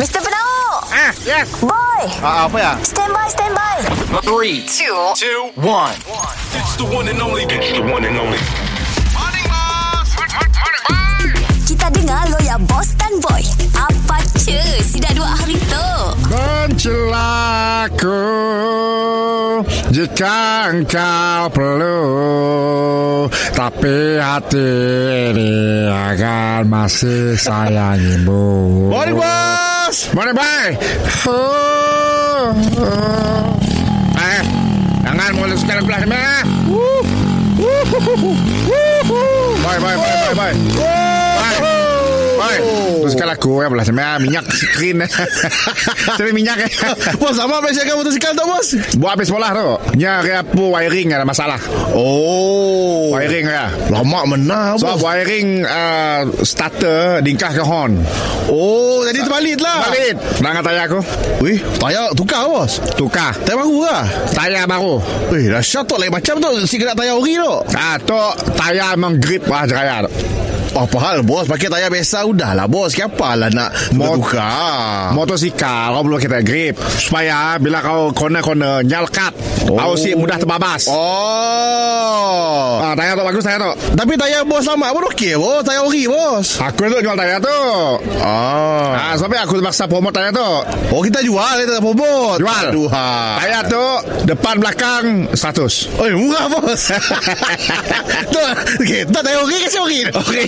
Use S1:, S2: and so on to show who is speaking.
S1: Mr. Penauk!
S2: Ah, yes.
S1: Boy!
S2: Ah, apa ya?
S1: Stand by, stand by!
S3: Three, two, two, one.
S4: It's the one and only. It's the one and only.
S1: Kita dengar lo ya, boss dan boy. Apa cuy? Sudah dua hari tu.
S5: Bencelaku Jika engkau perlu Tapi hati ini akan masih sayangimu
S2: Morning, boss.
S5: Morning, bye Oh, oh. Eh, jangan mulut sekarang belah ni eh. Bye, bye, bye, bye, bye Bye Oi, terus kalau aku yang belah sebenarnya ha? minyak skrin. Tapi minyak eh.
S2: Bos, sama bersihkan motosikal tak, bos?
S5: Buat habis bola tu. Nya apa wiring ada masalah.
S2: Oh.
S5: Wiring ya.
S2: Lama menah,
S5: So
S2: bos.
S5: wiring uh, starter dingkah ke horn.
S2: Oh, jadi terbalik lah.
S5: Balik. Dah dengan tayar aku.
S2: Wih, tayar tukar, bos.
S5: Tukar.
S2: Tayar baru lah.
S5: Tayar baru.
S2: Eh, dahsyat tu. Lain macam tu. Si kena tayar ori tu.
S5: Ah, tu tayar memang grip lah jeraya tu.
S2: Apa hal, Oh, bos? Pakai tayar biasa. Udahlah, bos. Siapa lah nak
S5: Mot- Ah.
S2: tukar?
S5: Motosikal kau perlu kita grip supaya bila kau corner-corner nyalkat, oh. kau si mudah terbabas. Oh.
S2: Oh.
S5: Ah, tayar tu bagus tayar tu.
S2: Tapi tayar bos lama pun okey bos Tayar ori bos
S5: Aku tu jual tayar tu.
S2: Ah.
S5: Ah, sampai aku terpaksa promote tayar tu.
S2: Oh kita jual Kita tak bobot
S5: Jual.
S2: Aduh ha.
S5: Ayat tu Depan belakang 100
S2: Oi murah bos Tu okay, Tak tayar ori kasi ori
S5: Okey